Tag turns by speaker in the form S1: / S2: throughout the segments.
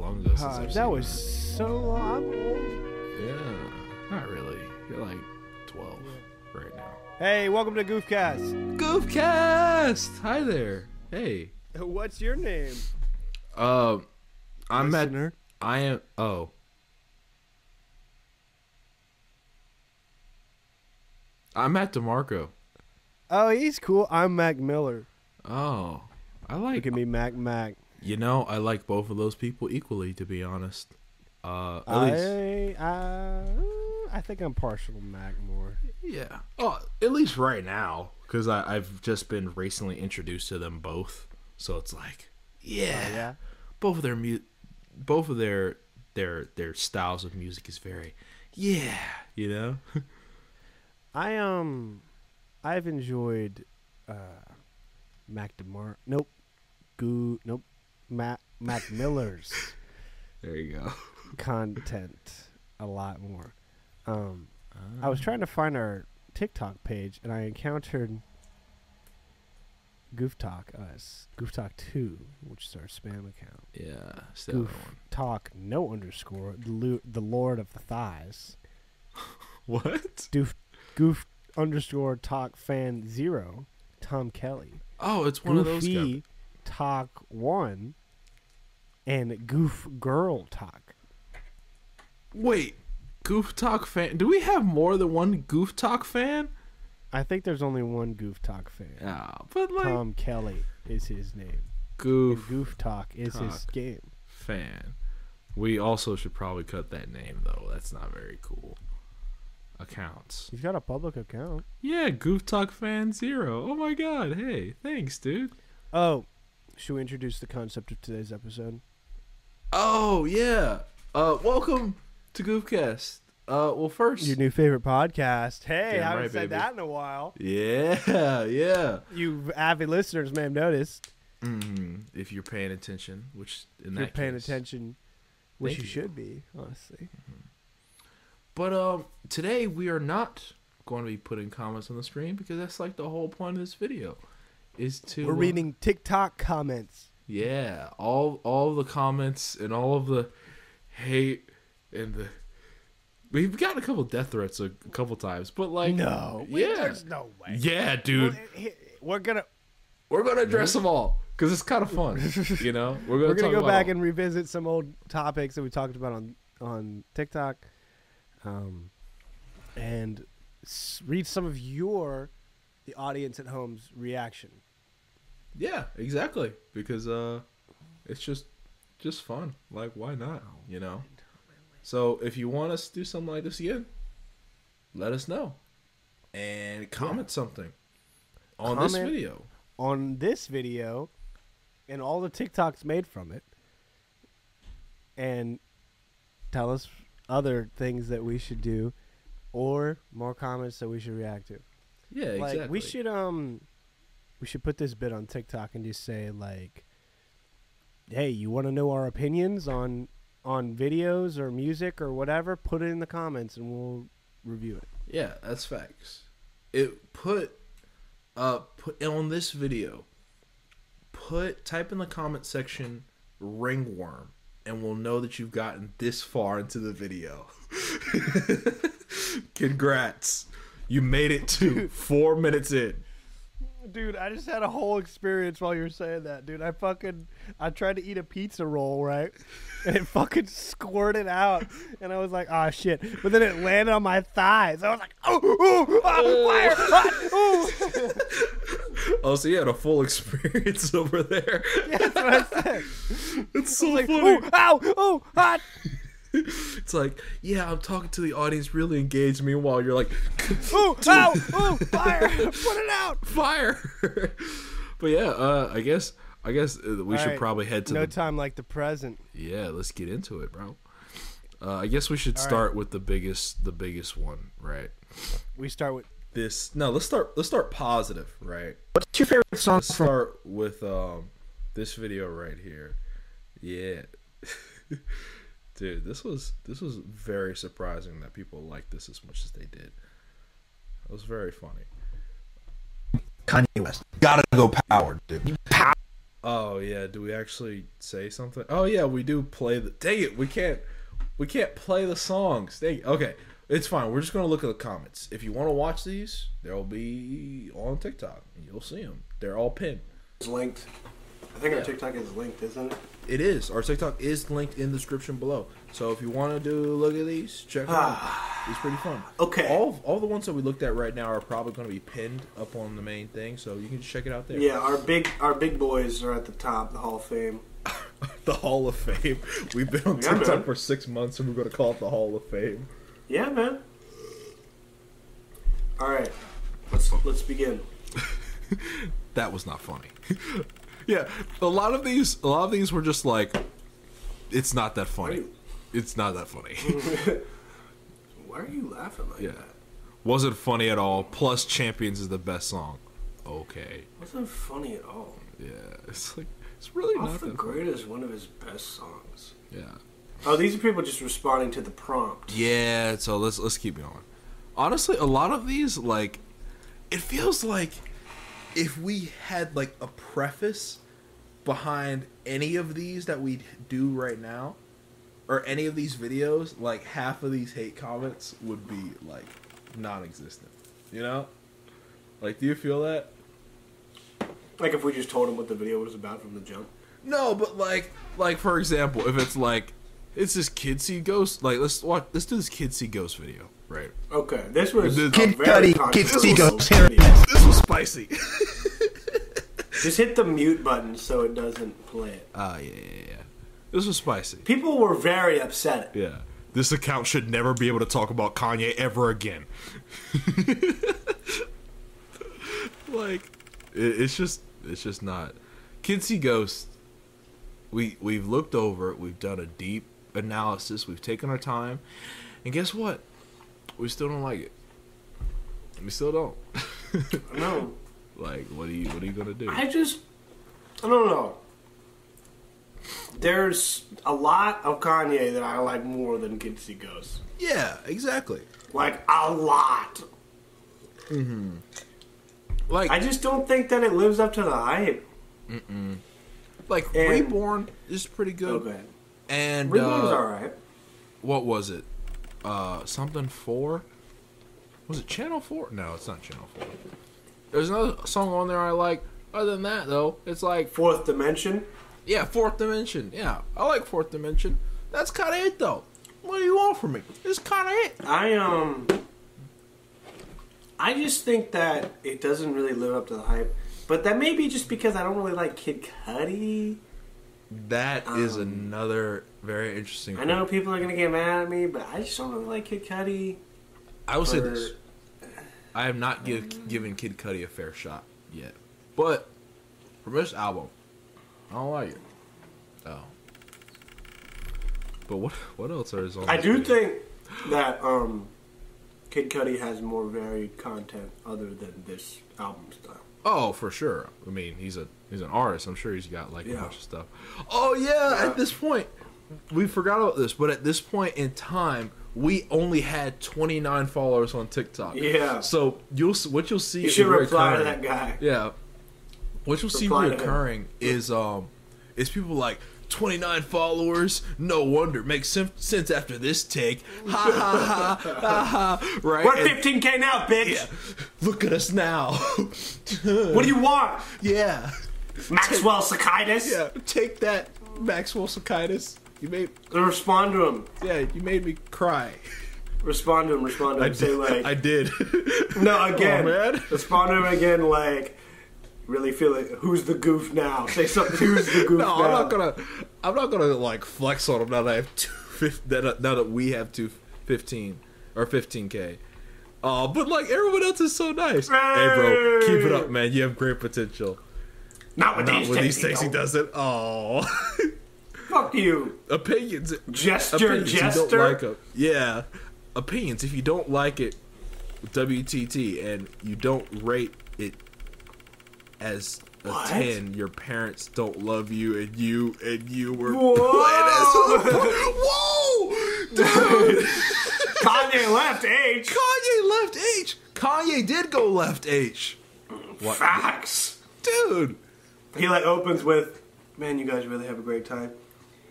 S1: long ago since
S2: God,
S1: I've
S2: that
S1: seen
S2: was so long. I'm old.
S1: Yeah, not really. You're like 12 right now.
S2: Hey, welcome to Goofcast.
S1: Goofcast! Hi there. Hey.
S2: What's your name?
S1: Uh, I'm
S2: Listener.
S1: at. I am. Oh. I'm at DeMarco.
S2: Oh, he's cool. I'm Mac Miller.
S1: Oh. I like.
S2: Look at me, Mac Mac.
S1: You know, I like both of those people equally, to be honest. Uh, at least.
S2: I, I I think I'm partial to Mac more.
S1: Yeah. Oh, at least right now, because I've just been recently introduced to them both, so it's like, Oh, yeah,
S2: yeah?
S1: both of their mu- both of their their their styles of music is very, yeah, you know.
S2: I um, I've enjoyed uh, Mac DeMar. Nope, Goo. Nope, Mac Mac Miller's
S1: There you go.
S2: content a lot more. Um,
S1: Mm-hmm. Oh.
S2: I was trying to find our TikTok page and I encountered Goof Talk Us, Goof Talk Two, which is our spam account.
S1: Yeah, it's the other
S2: Goof Talk No underscore the lo- the Lord of the Thighs.
S1: one. What?
S2: Doof, goof underscore talk fan zero, Tom Kelly.
S1: Oh, it's one of those. Guys.
S2: Goofy talk one, and goof girl talk.
S1: Wait, Goof Talk fan? Do we have more than one Goof Talk fan?
S2: I think there's only one goof talk fan.
S1: Yeah, but like
S2: Tom Kelly is his name. and
S1: Goof
S2: goof talk is his
S1: Talk.
S2: game.
S1: fan. We also should probably cut that name though. That's not very cool. Accounts.
S2: He's got a public account.
S1: Yeah, Goof Talk fan zero. Oh my god. Hey, thanks, dude.
S2: Oh, should we introduce the concept of today's episode?
S1: Oh yeah. Uh, welcome to Goofcast. Uh, well first.
S2: Your new favorite podcast. Hey,
S1: Damn
S2: I haven't
S1: right,
S2: said
S1: baby.
S2: that in a while.
S1: yeah, yeah.
S2: You avid listeners may have noticed.
S1: Mhm, If you're paying attention, which in
S2: You're
S1: that
S2: paying
S1: case.
S2: attention, which
S1: Thank
S2: you,
S1: you.
S2: should be, honestly.
S1: But um, today we are not going to be putting comments on the screen because that's like the whole point of this video, is to
S2: We're
S1: uh,
S2: reading TikTok comments.
S1: Yeah, all all the comments and all of the hate and the we've gotten a couple death threats a, a couple times, but like
S2: No, we-
S1: yeah,
S2: there's no way.
S1: yeah, dude,
S2: Well, eh, eh, We're gonna
S1: we're gonna address them all because it's kind of fun, you know. We're gonna,
S2: we're gonna
S1: talk
S2: go
S1: about
S2: back
S1: all-
S2: and revisit some old topics that we talked about on on TikTok, um, and s- read some of your the audience at home's reaction.
S1: yeah, exactly because uh, it's just just fun. Like, why not? You know. So if you want us to do something like this again, let us know and comment something on this
S2: Comment.
S1: video.
S2: on this video and all the TikToks made from it and tell us other things that we should do or more comments that we should react to.
S1: Yeah, exactly.
S2: Like we should um we should put this bit on TikTok and just say like hey, you want to know our opinions on on videos or music or whatever, put it in the comments and we'll review it.
S1: Yeah, that's facts. It put uh put on this video. Put type in the comment section ringworm and we'll know that you've gotten this far into the video. Congrats. You made it to 4 minutes in.
S2: Dude, I just had a whole experience while you were saying that, dude. I fucking I tried to eat a pizza roll, right? And it fucking squirted out. And I was like, ah shit. But then it landed on my thighs. I was like, oh, oh, fire. Ah, ooh."
S1: Oh, so you had a full experience over there.
S2: That's what I said.
S1: It's so
S2: Like,
S1: funny.
S2: ooh, ow, ooh, hot.
S1: It's like, yeah, I'm talking to the audience, really engaged. Meanwhile, you're like,
S2: Ooh, ow, ooh, fire. Put it out.
S1: fire. but yeah, uh, I guess I guess uh, we should
S2: right.
S1: probably head to
S2: No
S1: the
S2: time like the present.
S1: yeah. Let's get into it, bro. Uh, I guess we should start with the biggest the biggest one, right?
S2: We start with
S1: This no, let's start let's start positive, right?
S3: What's your favorite song
S1: Let's start with um this video right here. Yeah. Dude, this was this was very surprising that people liked this as much as they did. It was very funny.
S3: Kanye West? Gotta go power, dude. Power.
S1: Oh yeah, do we actually say something? Oh yeah, we do play the. Dang it, we can't. We can't play the songs. Dang it. Okay, it's fine. We're just gonna look at the comments. If you want to watch these, they'll be on TikTok. and You'll see them. They're all pinned.
S3: It's linked. I think our TikTok is linked, isn't it?
S1: It is. Our TikTok is linked in the description below. So if you want to do a look at these, check 'em out. It's pretty fun.
S3: Ah. Okay.
S1: All all the ones that we looked at right now are probably going to be pinned up on the main thing, so you can just check it out there.
S3: Yeah, our big our big boys are at the top, the Hall of Fame.
S1: The Hall of Fame. We've been on
S3: Yeah,
S1: TikTok
S3: man.
S1: for six months, and we're going to call it the Hall of Fame.
S3: Yeah, man. All right, let's let's begin.
S1: That was not funny. yeah, a lot of these, a lot of these were just like, it's not that funny.
S3: Right. Mm-hmm.
S1: It's not that funny.
S3: Why are you laughing like
S1: Yeah.
S3: that?
S1: Wasn't funny at all. Plus, Champions is the best song. Okay.
S3: Wasn't funny at all.
S1: Yeah, it's like it's really
S3: Off
S1: not
S3: the
S1: that
S3: Grid is one of his best songs.
S1: Yeah.
S3: Oh, these are people just responding to the prompt.
S1: Yeah, so let's let's keep going. Honestly, a lot of these like it feels like if we had like a preface behind any of these that we do right now or any of these videos, like half of these hate comments would be like non-existent. You know? Like do you feel that?
S3: Like if we just told them what the video was about from the jump.
S1: No, but like, like for example, if it's like, it's this kid see ghost. Like, let's watch. Let's do this kid see ghost video. Right.
S3: Okay, this was
S1: This-
S3: a
S1: Kid
S3: very
S4: Cudi, Kid
S3: controversial
S4: Seagull.
S3: video.
S1: This was spicy.
S3: Just hit the mute button so it doesn't play it.
S1: Ah, yeah, yeah, yeah. This was spicy.
S3: People were very upset.
S1: Yeah. This account should never be able to talk about Kanye ever again. like, it, it's just, it's just not. Kid see ghost. We we've looked over it. We've done a deep analysis. We've taken our time, and guess what? We still don't like it. We still don't.
S3: No,
S1: like, what are you? What are you gonna do?
S3: I just, I don't know. There's a lot of Kanye that I like more than Kid See Ghost.
S1: Yeah, exactly.
S3: Like a lot.
S1: Like,
S3: I just don't think that it lives up to the hype.
S1: like
S3: and-
S1: Reborn is pretty good.
S3: Okay,
S1: And
S3: Reborn's
S1: uh,
S3: all right.
S1: what was it? Uh, something four? Was it Channel Four? No, it's not Channel Four. There's another song on there I like. Other than that, though, it's like
S3: Fourth Dimension.
S1: yeah, Fourth Dimension. Yeah, I like Fourth Dimension. That's kind of it, though. What do you want from me? It's kind of it.
S3: I um I just think that it doesn't really live up to the hype. But that may be just because I don't really like Kid Cudi.
S1: That is another very interesting.
S3: Um, I know people are gonna get mad at me, but I just don't really like Kid Cudi.
S1: I will say
S3: for-
S1: this: I have not give, given Kid Cudi a fair shot yet, but from this album, I don't like it. Oh, but what what else are his on?
S3: I
S1: this
S3: do
S1: video?
S3: think that um Kid Cudi has more varied content other than this album style.
S1: Oh, for sure. I mean, he's a he's an artist. I'm sure he's got like a
S3: Yeah.
S1: bunch of stuff. Oh yeah,
S3: Yeah.
S1: At this point, we forgot about this, but at this point in time, we only had 29 followers on TikTok.
S3: Yeah.
S1: So you'll s- what you'll see.
S3: You
S1: is
S3: should reply to
S1: recurring.
S3: that guy.
S1: Yeah. What you'll see
S3: Reply to him.
S1: reoccurring is um is people like 29 followers. No wonder makes sen- sense after this take. Ha ha ha ha ha. Right.
S3: We're
S1: And-
S3: 15k now, bitch.
S1: yeah. Look at us now.
S3: What do you want,
S1: yeah.
S3: Maxwell Sakaitis?
S1: Yeah. Take that, Maxwell Sakaitis. You made
S3: Respond to him.
S1: yeah. You made me cry.
S3: Respond to him. Respond to him. Say like,
S1: I did.
S3: No, again.
S1: Oh, man.
S3: Respond to him again, like, really feel it. Who's the goof now? Say something. Who's the goof
S1: No,
S3: now?
S1: I'm not gonna. I'm not gonna like flex on them now that I have two. fif- That now that we have two fifteen or fifteen k. Uh, but like everyone else is so nice. Hey, bro, keep it up, man. You have great potential.
S3: Not with
S1: Not
S3: these
S1: with
S3: things.
S1: these things he doesn't. Oh,
S3: Fuck you.
S1: opinions.
S3: Jester,
S1: opinions, you don't
S3: jester.
S1: like 'em. Yeah, opinions. If you don't like it, WTT, and you don't rate it as a
S3: What?
S1: ten, your parents don't love you, and you and you were
S3: Whoa!
S1: playing as- Whoa, dude!
S3: Kanye left H.
S1: Kanye left H. Kanye did go left H.
S3: Facts.
S1: Dude,
S3: He like opens with, "Man, you guys really have a great time.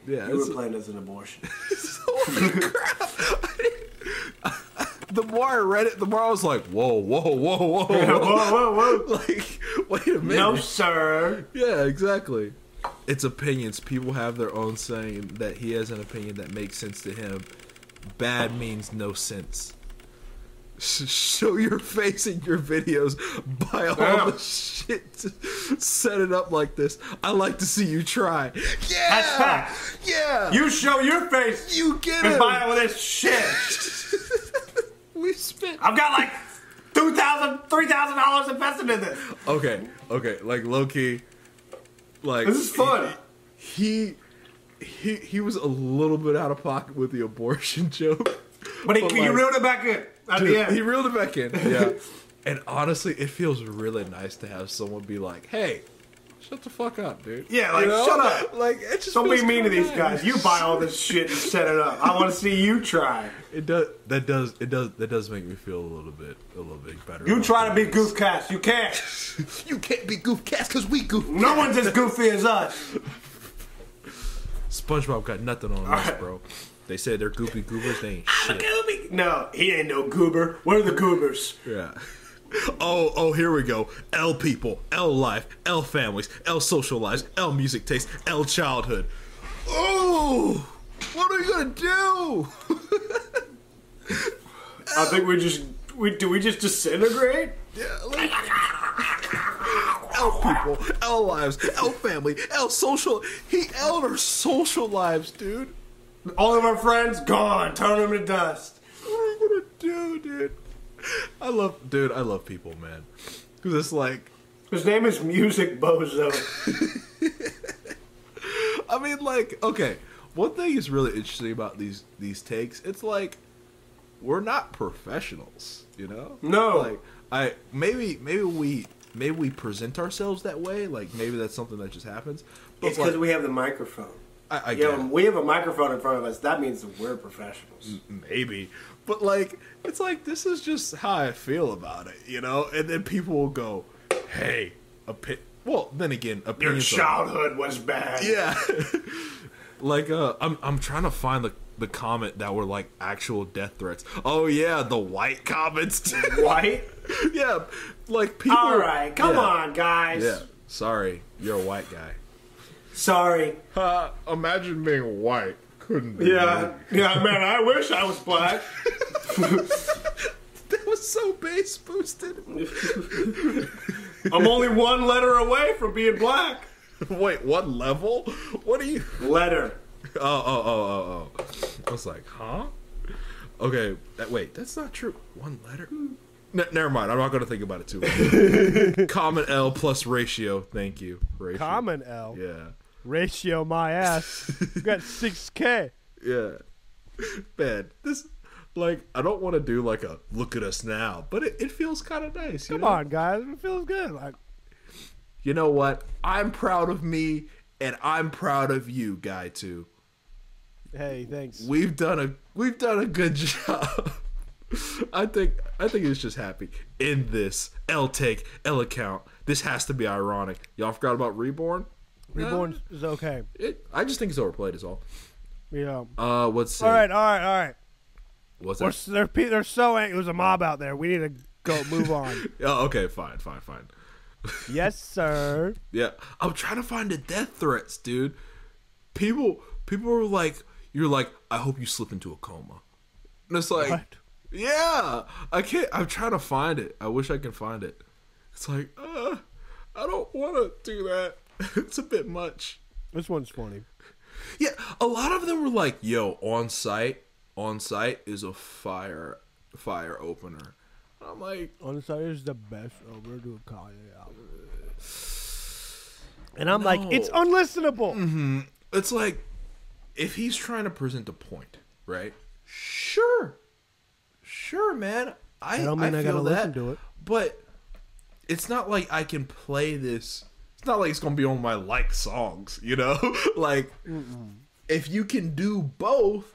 S1: Yeah,
S3: You were
S1: it's-
S3: planned as an abortion."
S1: Holy crap! the more I read it, the more I was like, "Whoa, whoa, whoa, whoa!"
S3: whoa,
S1: whoa.
S3: whoa, whoa!
S1: like, wait a minute.
S3: No, sir.
S1: Yeah, exactly. It's opinions. People have their own saying that he has an opinion that makes sense to him. Bad means no sense. Sh- Show your face in your videos. Buy all
S3: Yeah.
S1: the shit. To set it up like this. I like to see you try. Yeah,
S3: That's facts.
S1: Yeah, you,
S3: You show your face
S1: get
S3: and
S1: it.
S3: buy all this shit.
S1: we spent.
S3: I've got like two thousand, three thousand dollars invested in this.
S1: Okay, okay. Like low key. Like
S3: This is fun.
S1: he he he was a little bit out of pocket with the abortion joke.
S3: But he,
S1: But,
S3: he
S1: like,
S3: reeled it back in at
S1: dude,
S3: the end.
S1: he reeled it back in. Yeah. and honestly, it feels really nice to have someone be like, "Hey, shut the fuck up, dude."
S3: Yeah, like, shut up.
S1: Like it just
S3: Don't be
S1: feels
S3: mean to
S1: kinda
S3: these
S1: nice.
S3: guys. You buy all this shit and set it up. I want to see you try.
S1: It does. That does. It does. That does make me feel a little bit, a little bit better.
S3: You
S1: about
S3: try to be
S1: that.
S3: goof cast. You can't.
S1: You can't be goof cast because we goof.
S3: No one's as goofy as us.
S1: SpongeBob got nothing on us,
S3: right.
S1: bro. They said they're goopy goobers. They ain't
S3: I'm a
S1: shit.
S3: gooby. No, he ain't no goober. We're the goobers.
S1: Yeah. Oh, oh, here we go. L people, L life, L families, L social lives, L music taste, L childhood. Oh, what are you gonna do?
S3: I think we just we do we just disintegrate?
S1: Yeah, like- L people, L lives, L family, L social. He L our social lives, dude.
S3: All of our friends gone. Turn them to dust.
S1: What are you gonna do, dude? I love, dude. I love people, man. Cause it's like,
S3: His name is Music Bozo.
S1: I mean, like, okay. One thing is really interesting about these these takes. It's like we're not professionals, you know?
S3: No.
S1: Like, I maybe maybe we maybe we present ourselves that way. Like, maybe that's something that just happens. But
S3: It's
S1: like,
S3: because we have the microphone.
S1: I, I
S3: Yeah,
S1: get it. Mm,
S3: we have a microphone in front of us. That means that we're professionals.
S1: maybe. But like, it's like this is just how I feel about it, you know? And then people will go, "Hey, a pit." Well, then again,
S3: Your
S1: opinions. are-
S3: childhood was bad.
S1: Yeah. like uh I'm I'm trying to find the the comment that were like actual death threats. Oh yeah, the white comments. too.
S3: White?
S1: yeah. Like people
S3: All right, come
S1: Yeah.
S3: on, guys.
S1: Yeah. Sorry, you're a white guy.
S3: Sorry.
S1: Uh, imagine being white. Couldn't be.
S3: Yeah, yeah, man. I wish I was black.
S1: That was so base boosted.
S3: I'm only one letter away from being black.
S1: Wait, what level? What are you
S3: Letter.
S1: Oh, oh, oh, oh, oh. I was like, huh? Okay, that, wait, that's not true. One letter? Ne- never mind. I'm not going to think about it too much. Common L plus ratio. Thank you. Ratio.
S2: Common L.
S1: Yeah.
S2: Ratio my ass. You got 6K.
S1: Yeah. Man, this, like, I don't want to do like a look at us now, but it, it feels kind of nice. you
S2: Come
S1: know?
S2: on, guys. It feels good. Like,
S1: You know what? I'm proud of me, and I'm proud of you, guy, too.
S2: hey, thanks.
S1: we've done a we've done a good job. I think I think it's just happy in this L take L account. This has to be ironic. Y'all forgot about Reborn.
S2: Reborn is okay.
S1: It, I just think it's overplayed. Is all.
S2: Yeah.
S1: Uh, what's
S2: All right, all right, all right.
S1: What's
S2: We're,
S1: that?
S2: s- they're, pe- they're so angry. It was a mob out there. We need to go move on.
S1: Oh, okay, fine, fine, fine.
S2: yes, sir.
S1: Yeah, I'm trying to find the death threats, dude. People, people were like, "You're like, I hope you slip into a coma," and it's like,
S2: What?
S1: yeah, I can't. I'm trying to find it. I wish I can find it. It's like, uh, I don't want to do that. it's a bit much.
S2: This one's funny.
S1: Yeah, a lot of them were like, "Yo, on site, on site is a fire, fire opener." And I'm like,
S2: Honestly, it's the best over to a Kanye album. And I'm like, it's unlistenable.
S1: it's like if he's trying to present a point, right? Sure, sure, man. I
S2: That don't mean
S1: I,
S2: I
S1: feel
S2: gotta
S1: that,
S2: listen to it.
S1: but it's not like I can play this. It's not like it's gonna be on my like songs, you know. like if you can do both,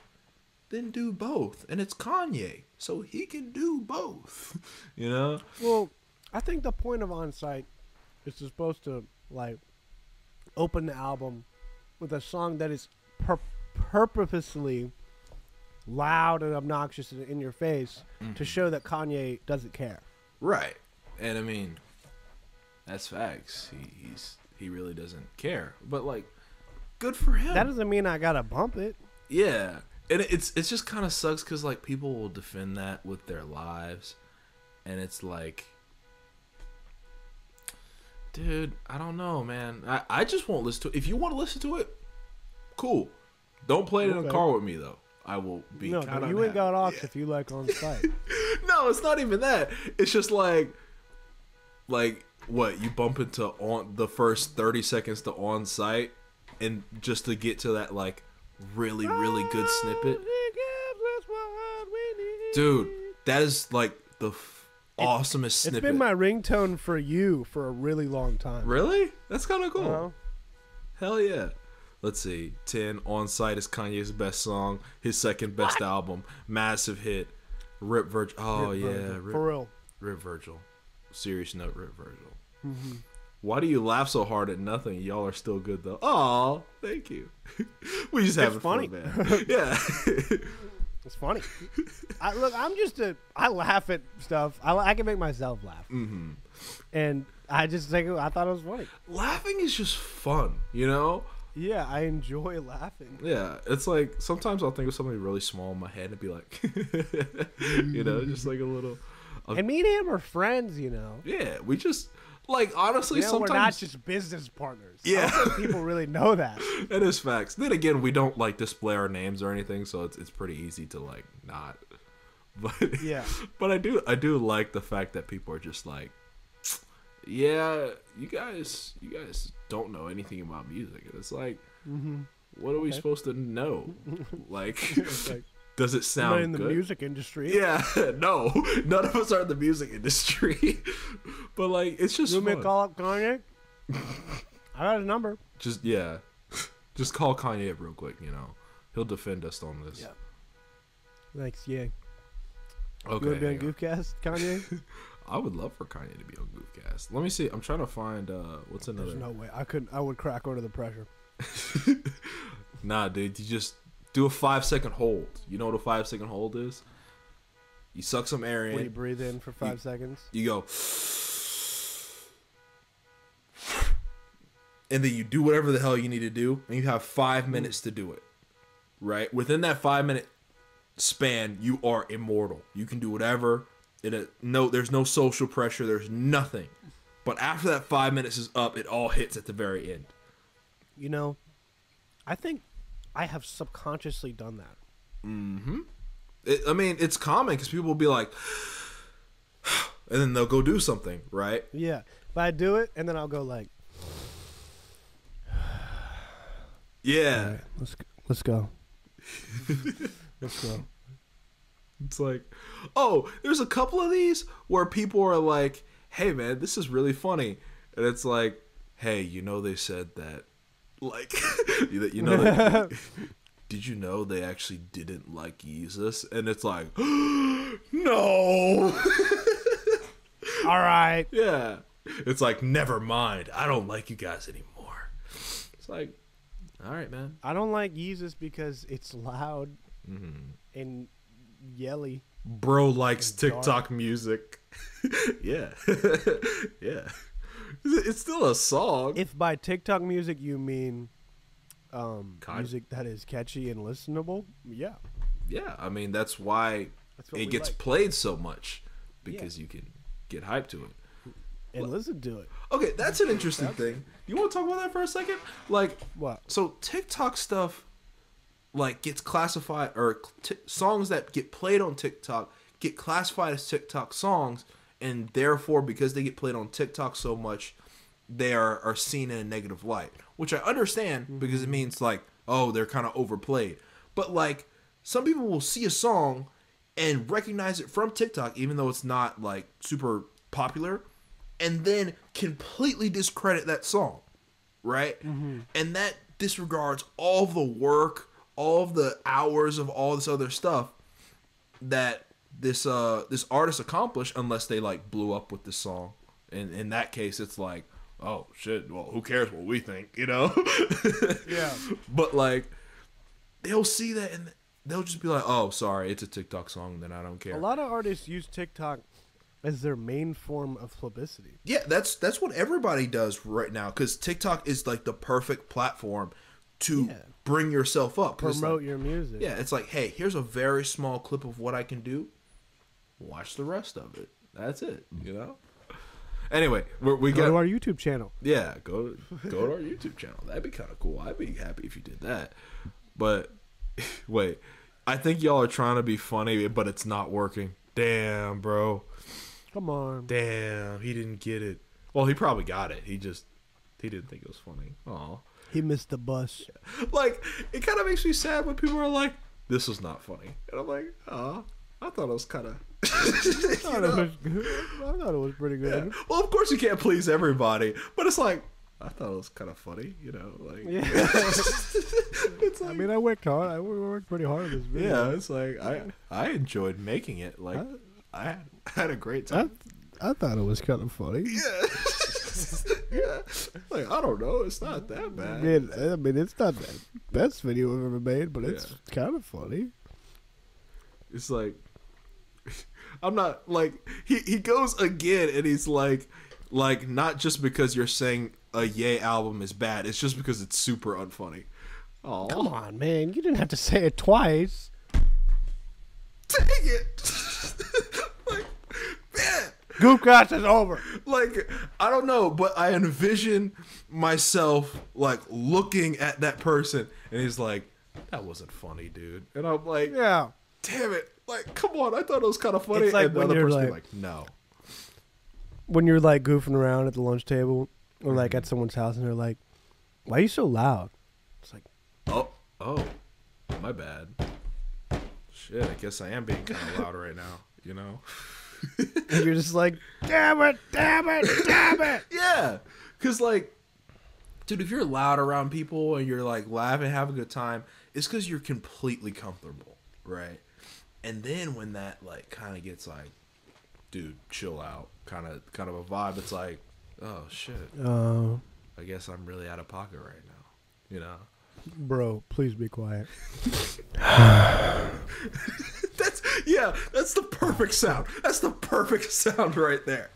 S1: then do both, and it's Kanye, so he can do both, you know.
S2: Well, I think the point of on site is to supposed to like open the album with a song that is pur- purposely loud and obnoxious and in your face
S1: Mm-hmm.
S2: to show that Kanye doesn't care.
S1: Right. And I mean, that's facts. He, he's he really doesn't care. But like, good for him.
S2: That doesn't mean I gotta bump it.
S1: yeah. And it- it's it's just kind of sucks because like people will defend that with their lives, and it's like, dude, I don't know, man. I I just won't listen to it. If you want to listen to it, cool. Don't play it in
S2: Okay.
S1: a car with me though. I will be
S2: no,
S1: kind
S2: but
S1: of
S2: you ain't got off if you like on site.
S1: no, it's not even that. It's just like, like what you bump into on the first thirty seconds to on site, and just to get to that like really really good snippet, dude. That is like the f- awesomest
S2: It's
S1: snippet.
S2: been my ringtone for you for a really long time.
S1: really? That's kind of cool.
S2: Uh-huh.
S1: Hell yeah. Let's see. 10 On Site is Kanye's best song, his second best album, massive hit. Rip Virgil. Oh,
S2: Rip
S1: yeah.
S2: Virgil.
S1: Rip
S2: for real.
S1: Rip Virgil. Serious note, Rip Virgil.
S2: Mm-hmm.
S1: Why do you laugh so hard at nothing? Y'all are still good though. Oh, thank you. we just having
S2: funny.
S1: fun, man. yeah.
S2: It's funny. I look. I'm just a. I laugh at stuff. I, I can make myself laugh. Mm-hmm. And I just think I thought it was funny.
S1: Laughing is just fun, you know?
S2: Yeah, I enjoy laughing.
S1: Yeah. It's like sometimes I'll think of something really small in my head and be like, you know, just like a little.
S2: And me and him are friends, you know.
S1: Yeah, we just like honestly
S2: You know,
S1: sometimes
S2: we're not just business partners. I don't
S1: Yeah.
S2: think people really know that.
S1: it is facts. Then again, we don't like display our names or anything, so it's it's pretty easy to like not. But
S2: Yeah.
S1: but I do I do like the fact that people are just like, yeah, you guys you guys don't know anything about music, and it's like,
S2: Mm-hmm.
S1: what are we supposed to know? like,
S2: like,
S1: does it
S2: I'm
S1: sound
S2: not in the
S1: good?
S2: music industry.
S1: Yeah, no, none of us are in the music industry. but like, it's just
S2: You may
S1: fun.
S2: call up Kanye. I got his number.
S1: just yeah, just call Kanye up real quick. You know, he'll defend us on this.
S2: Yeah. Thanks, yeah.
S1: Okay.
S2: You want to be on
S1: hang on.
S2: Goofcast, Kanye?
S1: I would love for Kanye to be on Goofcast. Let me see. I'm trying to find uh what's another.
S2: There's no way. I couldn't. I would crack under the pressure.
S1: Nah, dude, you just do a five second hold. You know what a five second hold is? You suck some air
S2: When you
S1: in.
S2: breathe in for five seconds.
S1: You go. And then you do whatever the hell you need to do, and you have five minutes to do it. Right? Within that five minute span, you are immortal. You can do whatever. It uh, no, there's no social pressure. There's nothing. But after that five minutes is up, it all hits at the very end.
S2: You know, I think I have subconsciously done that.
S1: It, I mean, it's common because people will be like, and then they'll go do something, right?
S2: Yeah, but I do it, and then I'll go like,
S1: Yeah.
S2: let's let's go, let's go.
S1: It's like, oh, there's a couple of these where people are like, hey, man, this is really funny. And it's like, hey, you know, they said that. Like, you you know, that, did you know they actually didn't like Jesus? And it's like, no.
S2: All right.
S1: yeah. It's like, never mind. I don't like you guys anymore. It's like, all right, man.
S2: I don't like Yeezus because it's loud
S1: Mm-hmm.
S2: and yelly.
S1: bro likes TikTok music. yeah. yeah. It's it's still a song.
S2: If by TikTok music you mean um,
S1: Kind-
S2: music that is catchy and listenable, yeah,
S1: yeah, I mean that's why
S2: That's what
S1: it
S2: we
S1: gets
S2: like.
S1: played so much because you can get hyped to it.
S2: and listen to it.
S1: Okay, that's an interesting thing. You want to talk about that for a second? Like
S2: What?
S1: So TikTok stuff like gets classified or t- songs that get played on TikTok get classified as TikTok songs and therefore because they get played on TikTok so much they are, are seen in a negative light, which I understand because it means like oh they're kind of overplayed. But like some people will see a song and recognize it from TikTok even though it's not like super popular and then completely discredit that song right? And that disregards all the work, all the hours of all this other stuff that this uh this artist accomplished unless they like blew up with this song. And in that case it's like, oh shit, well who cares what we think, you know?
S2: Yeah.
S1: but like they'll see that and they'll just be like, oh sorry, it's a TikTok song, then I don't care.
S2: A lot of artists use TikTok as their main form of publicity.
S1: Yeah, that's that's what everybody does right now because TikTok is like the perfect platform to
S2: Yeah.
S1: bring yourself up. 'Cause it's
S2: Promote
S1: like-
S2: your music.
S1: yeah, it's like, hey, here's a very small clip of what I can do. Watch the rest of it. That's it. You know. Anyway, we're, we
S2: Go
S1: got
S2: to our YouTube channel.
S1: yeah. Go go to our YouTube channel. That'd be kind of cool. I'd be happy if you did that. But wait, I think y'all are trying to be funny, but it's not working. Damn, bro.
S2: Come on.
S1: Damn, he didn't get it. Well, he probably got it. He just he didn't think it was funny. Aw.
S2: He missed the bus.
S1: Like, it kinda makes me sad when people are like, This was not funny. And I'm like, aw, I thought it was kinda
S2: I thought, it was good. I thought it was pretty good.
S1: Well, of course you can't please everybody, but it's like I thought it was kinda funny, you know, like it's
S2: I
S1: like
S2: mean, I worked hard. I worked pretty hard on this video.
S1: Yeah, it's like I I enjoyed making it. Like I had, I had a great time.
S2: I, I thought it was kind of funny.
S1: yeah. yeah. Like I don't know, it's not that
S2: I
S1: bad.
S2: mean, I mean, it's not the best video I've ever made, but it's
S1: Yeah.
S2: kind of funny.
S1: It's like I'm not like he he goes again and he's like like not just because you're saying a Yay album is bad, it's just because it's super unfunny.
S2: Come
S1: Oh,
S2: on, man. You didn't have to say it twice.
S1: dang it! like, man,
S2: Goopcast is over.
S1: like I don't know, but I envision myself like looking at that person and he's like, "That wasn't funny, dude," and I'm like,
S2: Yeah.
S1: "Damn it!" Like, come on, I thought it was kind of funny,
S2: It's like
S1: and the
S2: when
S1: other
S2: you're
S1: person be
S2: like-
S1: like, "No."
S2: When you're like goofing around at the lunch table or like at someone's house and they're like, why are you so loud? It's like,
S1: Oh, oh, my bad. Shit, I guess I am being kind of loud right now. You know?
S2: and you're just like, damn it, damn it, damn it.
S1: Yeah, cause like, dude, if you're loud around people and you're like laughing, having a good time, it's cause you're completely comfortable, right? And then when that like kind of gets like, dude, chill out, kind of kind of a vibe. It's like, oh shit,
S2: Uh,
S1: I guess I'm really out of pocket right now. You know?
S2: bro, please be quiet.
S1: That's yeah, that's the perfect sound. That's the perfect sound right there.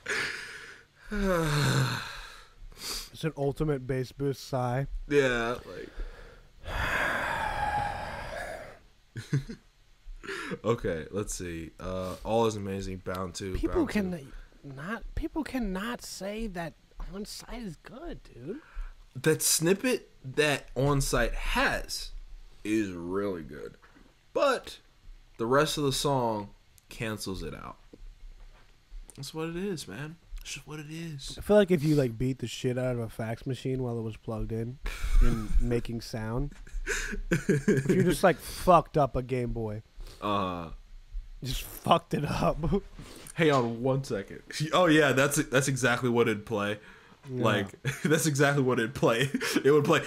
S2: It's an ultimate bass boost sigh.
S1: Yeah, like. okay, let's see. Uh, all is amazing. Bound to
S4: People
S1: Bound to.
S4: can not. People cannot say that on site is good, dude.
S1: That snippet that on site has is really good, but the rest of the song cancels it out. That's what it is, man. That's just what it is.
S2: I feel like if you like beat the shit out of a fax machine while it was plugged in and making sound, if you just like fucked up a Game Boy,
S1: Uh,
S2: just fucked it up.
S1: Hey, on one second. Oh yeah, that's that's exactly what it'd play. Like that's exactly what it'd play. It would play.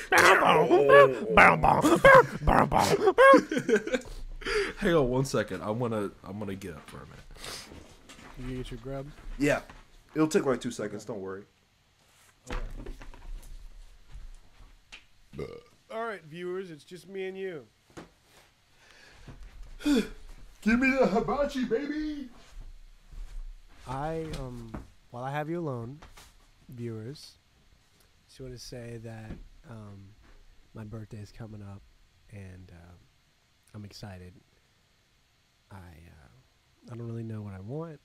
S1: Hang on one second. I wanna I'm gonna get up for a minute.
S2: you get your grub.
S1: Yeah, it'll take like two seconds. Don't worry.
S2: All right, viewers, it's just me and you.
S1: Give me the hibachi, baby.
S2: I um, while I have you alone, viewers, just want to say that um, my birthday is coming up, and um I'm excited. I uh, I don't really know what I want.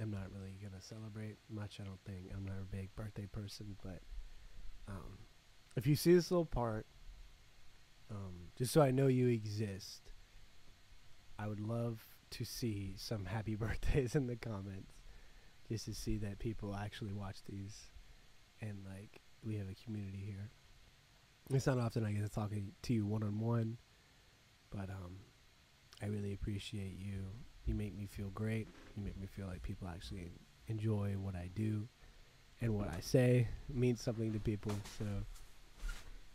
S2: I'm not really gonna celebrate much. I don't think I'm not a big birthday person, but um, if you see this little part, um, just so I know you exist, I would love to see some happy birthdays in the comments just to see that people actually watch these and like we have a community here it's not often i get to talk to you one-on-one but um i really appreciate you you make me feel great you make me feel like people actually enjoy what i do and what i say It means something to people so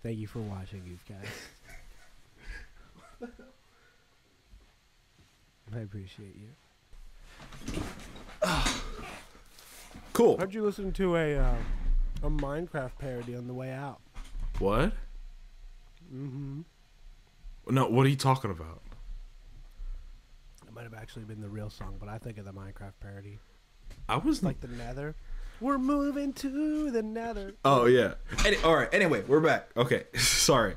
S2: thank you for watching you guys i appreciate you
S1: Cool.
S2: Heard you listen to a uh, a Minecraft parody on the way out.
S1: What? Mm-hmm. No, what are you talking about?
S2: It might have actually been the real song, but I think of the Minecraft parody.
S1: I was
S2: Like the Nether. We're moving to the Nether.
S1: Oh yeah. Any, all right. Anyway, we're back. Okay. Sorry.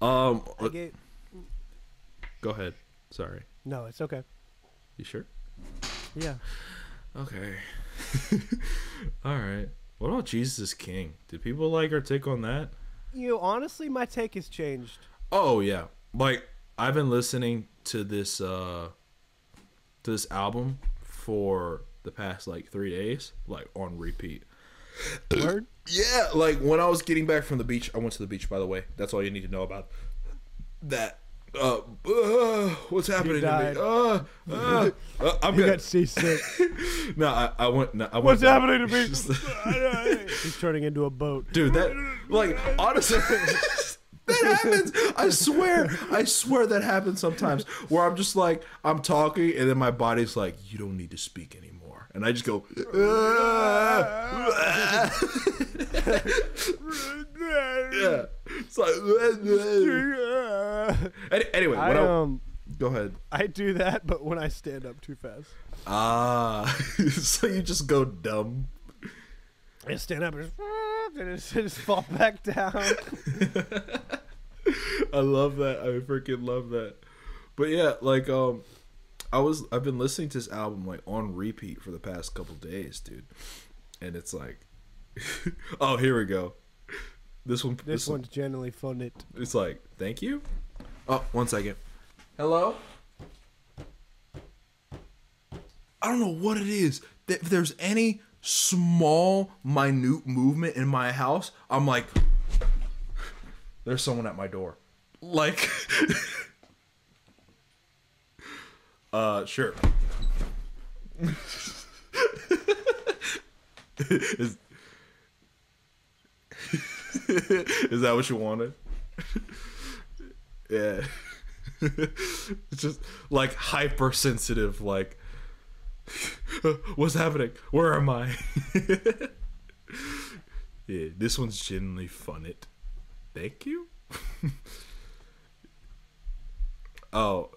S1: Um.
S2: I gave-
S1: Go ahead. Sorry.
S2: No, it's okay.
S1: You sure?
S2: Yeah.
S1: Okay. all right. What about Jesus is King? Did people like our take on that?
S2: You know, honestly, my take has changed.
S1: Oh yeah. Like I've been listening to this uh to this album for the past like 3 days, like on repeat.
S2: Word?
S1: Yeah, like when I was getting back from the beach, I went to the beach by the way. That's all you need to know about that. Uh, uh, what's happening to
S2: died.
S1: me? Uh, uh, uh, I'm
S2: You
S1: good.
S2: got seasick.
S1: No, I, I went. No, I went
S2: What's
S1: back.
S2: happening to me? He's turning into a boat.
S1: Dude, that like honestly, that happens. I swear, I swear that happens sometimes. Where I'm just like, I'm talking, and then my body's like, you don't need to speak anymore, and I just go. "Ah, ah." yeah, it's like. Any- anyway,
S2: I
S1: what I,
S2: um
S1: go ahead.
S2: I do that, but when I stand up too fast,
S1: Ah, so you just go dumb.
S2: I stand up and just, and it's- just fall back down.
S1: I love that. I freaking love that. But yeah, like um I was I've been listening to this album like on repeat for the past couple days, dude. And it's like Oh, here we go. This one
S2: This one's generally fun. It
S1: it's like, thank you. Oh, one second. Hello. I don't know what it is. Th- If there's any small, minute movement in my house, I'm like, there's someone at my door. Like, uh, sure. is, is that what you wanted? Yeah. it's just like hypersensitive, like what's happening? Where am I? yeah, this one's genuinely fun it. Thank you. oh.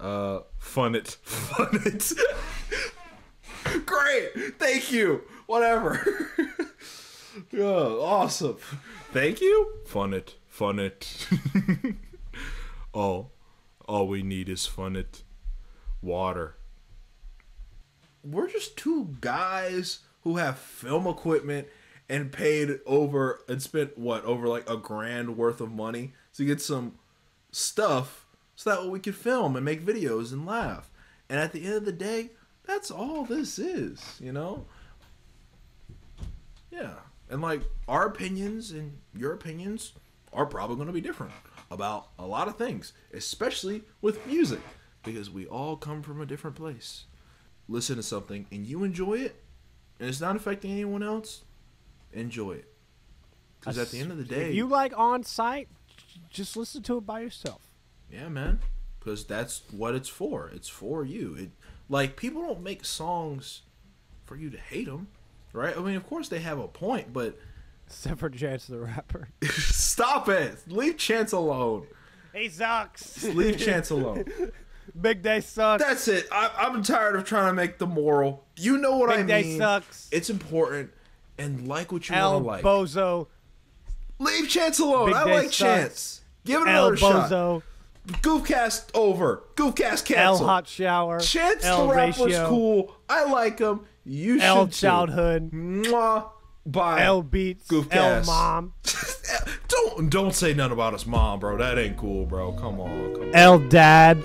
S1: Uh fun it. Fun it. Great! Thank you! Whatever. Yeah, awesome. Thank you. Fun it. Fun it. all, all we need is fun it. Water. We're just two guys who have film equipment and paid over and spent what over like a grand worth of money to get some stuff so that way we could film and make videos and laugh. And at the end of the day, that's all this is, you know? Yeah. And like our opinions and your opinions are probably going to be different about a lot of things, especially with music, because we all come from a different place. Listen to something and you enjoy it, and it's not affecting anyone else, enjoy it. Because at the end of the day,
S2: if you like on site, j- just listen to it by yourself.
S1: yeah, man. Because that's what it's for. It's for you. It like people don't make songs for you to hate them, right? I mean, of course they have a point, but
S2: Except for Chance the Rapper.
S1: stop it. Leave Chance alone.
S2: He sucks.
S1: Leave Chance alone.
S2: Big Day sucks.
S1: That's it. I, I'm tired of trying to make the moral. You know what I
S2: Big Day
S1: mean.
S2: sucks.
S1: It's important and like what you
S2: El
S1: want to like.
S2: Bozo.
S1: Leave Chance alone.
S2: Big
S1: I
S2: Day
S1: like
S2: sucks.
S1: Chance. Give it
S2: El
S1: another shot.
S2: Bozo.
S1: Goofcast over. Goofcast
S2: El
S1: cancel.
S2: Hot Shower.
S1: Chance
S2: El
S1: the Rapper's
S2: Ratio.
S1: cool. I like him. You
S2: El
S1: should
S2: Childhood.
S1: Too. Mwah. Bye.
S2: L Beats. L
S1: Goofcast.
S2: Mom.
S1: don't don't say nothing about his mom, bro. That ain't cool, bro. Come on, come on.
S2: L Dad.